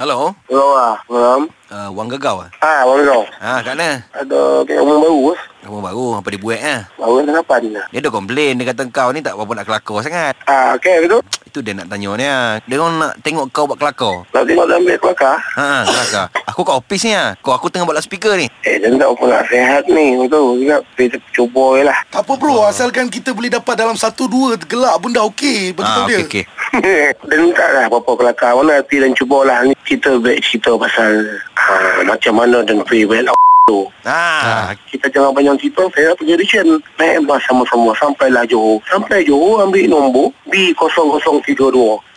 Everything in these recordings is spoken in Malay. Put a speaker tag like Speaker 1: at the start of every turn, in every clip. Speaker 1: Hello.
Speaker 2: Hello ah. Malam.
Speaker 1: Uh, Wang Gagau ah.
Speaker 2: Ah, Abang Rau.
Speaker 1: Ha, kat mana?
Speaker 2: Ada kat rumah baru ah.
Speaker 1: Kamu baru apa dia buat ah?
Speaker 2: Baru tengah lapan lah.
Speaker 1: Dia dah komplain dia kata kau ni tak apa nak kelakar sangat.
Speaker 2: Ah, okey betul.
Speaker 1: Itu dia nak tanya ni. ah. Dia orang nak tengok kau buat kelakar.
Speaker 2: Nak tengok dalam bilik kelakar.
Speaker 1: Ha, kelakar. Aku kat office ni ah. Kau aku tengah buat speaker ni.
Speaker 2: Eh, dia tak apa nak sehat ni. Betul. Dia nak kita cuba je lah.
Speaker 3: Tak apa
Speaker 1: Oh.
Speaker 3: bro, asalkan kita boleh dapat dalam satu dua gelak benda okey bagi tahu
Speaker 1: Ah,
Speaker 3: dia.
Speaker 1: okey okey.
Speaker 2: dia minta lah apa-apa kelakar mana hati dan cuba lah. Ni kita boleh cerita pasal ah, macam mana dan pergi balik tu.
Speaker 1: Ha,
Speaker 2: Kita jangan banyak cerita Saya pergi audition Naik bas sama-sama Sampailah Johor Sampai Johor Ambil nombor B0032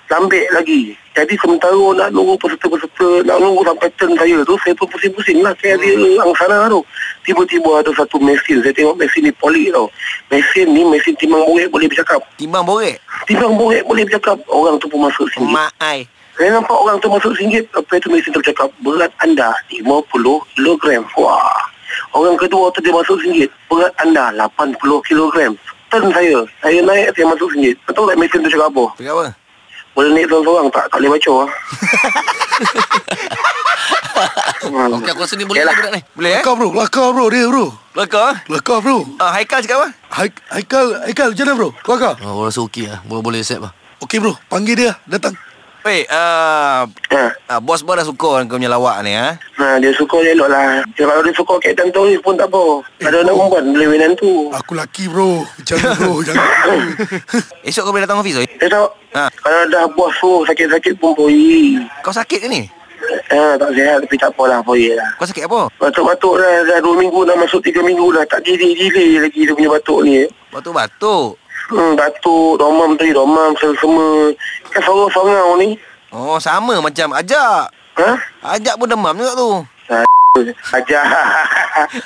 Speaker 2: Lambik lagi Jadi sementara Nak nunggu peserta-peserta Nak nunggu sampai turn saya tu Saya pun pusing-pusing lah Saya ada angsana tu Tiba-tiba ada satu mesin Saya tengok mesin ni polik tau Mesin ni Mesin timang borek boleh bercakap
Speaker 1: timbang borek.
Speaker 2: Timang borek boleh bercakap Orang tu pun masuk singgit
Speaker 1: Mak ai.
Speaker 2: Saya nampak orang tu masuk singgit Lepas tu mesin tu bercakap Berat anda 50 kilogram Wah Orang kedua tu dia masuk singgit Berat anda 80 kilogram Turn saya Saya naik saya masuk singgit Tak tahu tak mesin tu cakap apa
Speaker 1: Cakap apa?
Speaker 2: Boleh naik seorang-seorang tak? Tak boleh baca lah hmm.
Speaker 4: Okey aku rasa ni boleh okay
Speaker 2: Okey lah.
Speaker 4: budak ni.
Speaker 1: Boleh eh?
Speaker 3: Kelakar bro, kelakar bro dia bro.
Speaker 1: Kelakar?
Speaker 3: Kelakar bro.
Speaker 1: Ah, Haikal cakap apa?
Speaker 3: Haik- Haikal, Haikal macam mana bro? Kelakar?
Speaker 4: Oh, aku rasa okey lah. Boleh boleh accept lah.
Speaker 3: Okey bro, panggil dia datang.
Speaker 1: Weh, ah,
Speaker 2: ha.
Speaker 1: ah, bos baru dah suka dengan kau punya lawak ni ah.
Speaker 2: ha. dia suka dia elok lah Dia Kalau dia suka kat tantung ni pun tak apa Ada anak perempuan boleh mainan tu
Speaker 3: Aku laki bro. Macam mana bro? Jangan.
Speaker 1: Esok kau boleh datang office oi.
Speaker 2: Dia tahu
Speaker 1: Ha.
Speaker 2: Kalau dah bos suruh sakit-sakit pun pergi
Speaker 1: Kau sakit ke ni?
Speaker 2: ha, Tak sihat tapi tak apalah pergi lah
Speaker 1: Kau sakit apa?
Speaker 2: Batuk-batuk dah, dah 2 minggu dah masuk 3 minggu dah Tak gili-gili lagi dia punya batuk ni
Speaker 1: Batuk-batuk.
Speaker 2: hmm, Batuk, domam tadi, domam, selsema Kan sorang-sorang ni
Speaker 1: Oh, sama macam ajak.
Speaker 2: Ha?
Speaker 1: Ajak pun demam juga tu.
Speaker 2: Ajar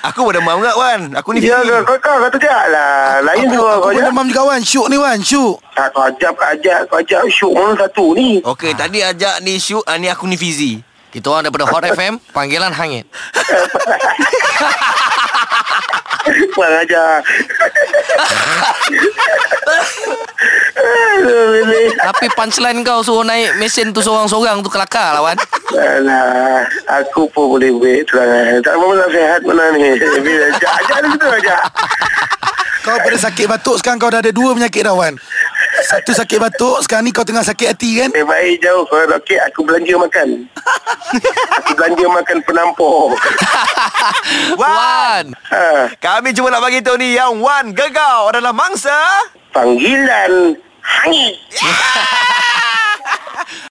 Speaker 1: Aku pun demam juga Wan. Aku ni
Speaker 2: Ya
Speaker 1: Fili.
Speaker 2: ke kau kau kata tak lah Lain tu
Speaker 3: Aku, aku
Speaker 2: kau
Speaker 3: pun
Speaker 2: ajak
Speaker 3: demam juga Wan. Syuk ni Wan, syuk.
Speaker 2: Tak kau ajak kau ajak kau ajak syuk mana satu ni
Speaker 3: Oh.
Speaker 1: Okey, tadi ajak ni Syuk, ah, ni aku ni Fizi.
Speaker 4: Kita orang daripada Hot FM, panggilan hangit.
Speaker 2: Kurang ajar Aduh boleh
Speaker 4: Tapi punchline kau suruh naik mesin tu seorang-seorang tu kelakar lah, lawan.
Speaker 2: Alah, aku pun boleh buat terang. Tak apa nak sehat mana ni. Bila ajak, ajak dia betul ajak.
Speaker 3: Kau pada sakit batuk sekarang kau dah ada dua penyakit dah Wan. Satu sakit batuk, sekarang ni kau tengah sakit hati kan?
Speaker 2: Eh, baik jauh. Kalau roket, aku belanja makan. aku belanja makan penampor.
Speaker 4: Wan.
Speaker 2: Ha,
Speaker 1: Kami cuma nak bagi tahu ni yang Wan Gegau adalah mangsa
Speaker 2: panggilan hangi.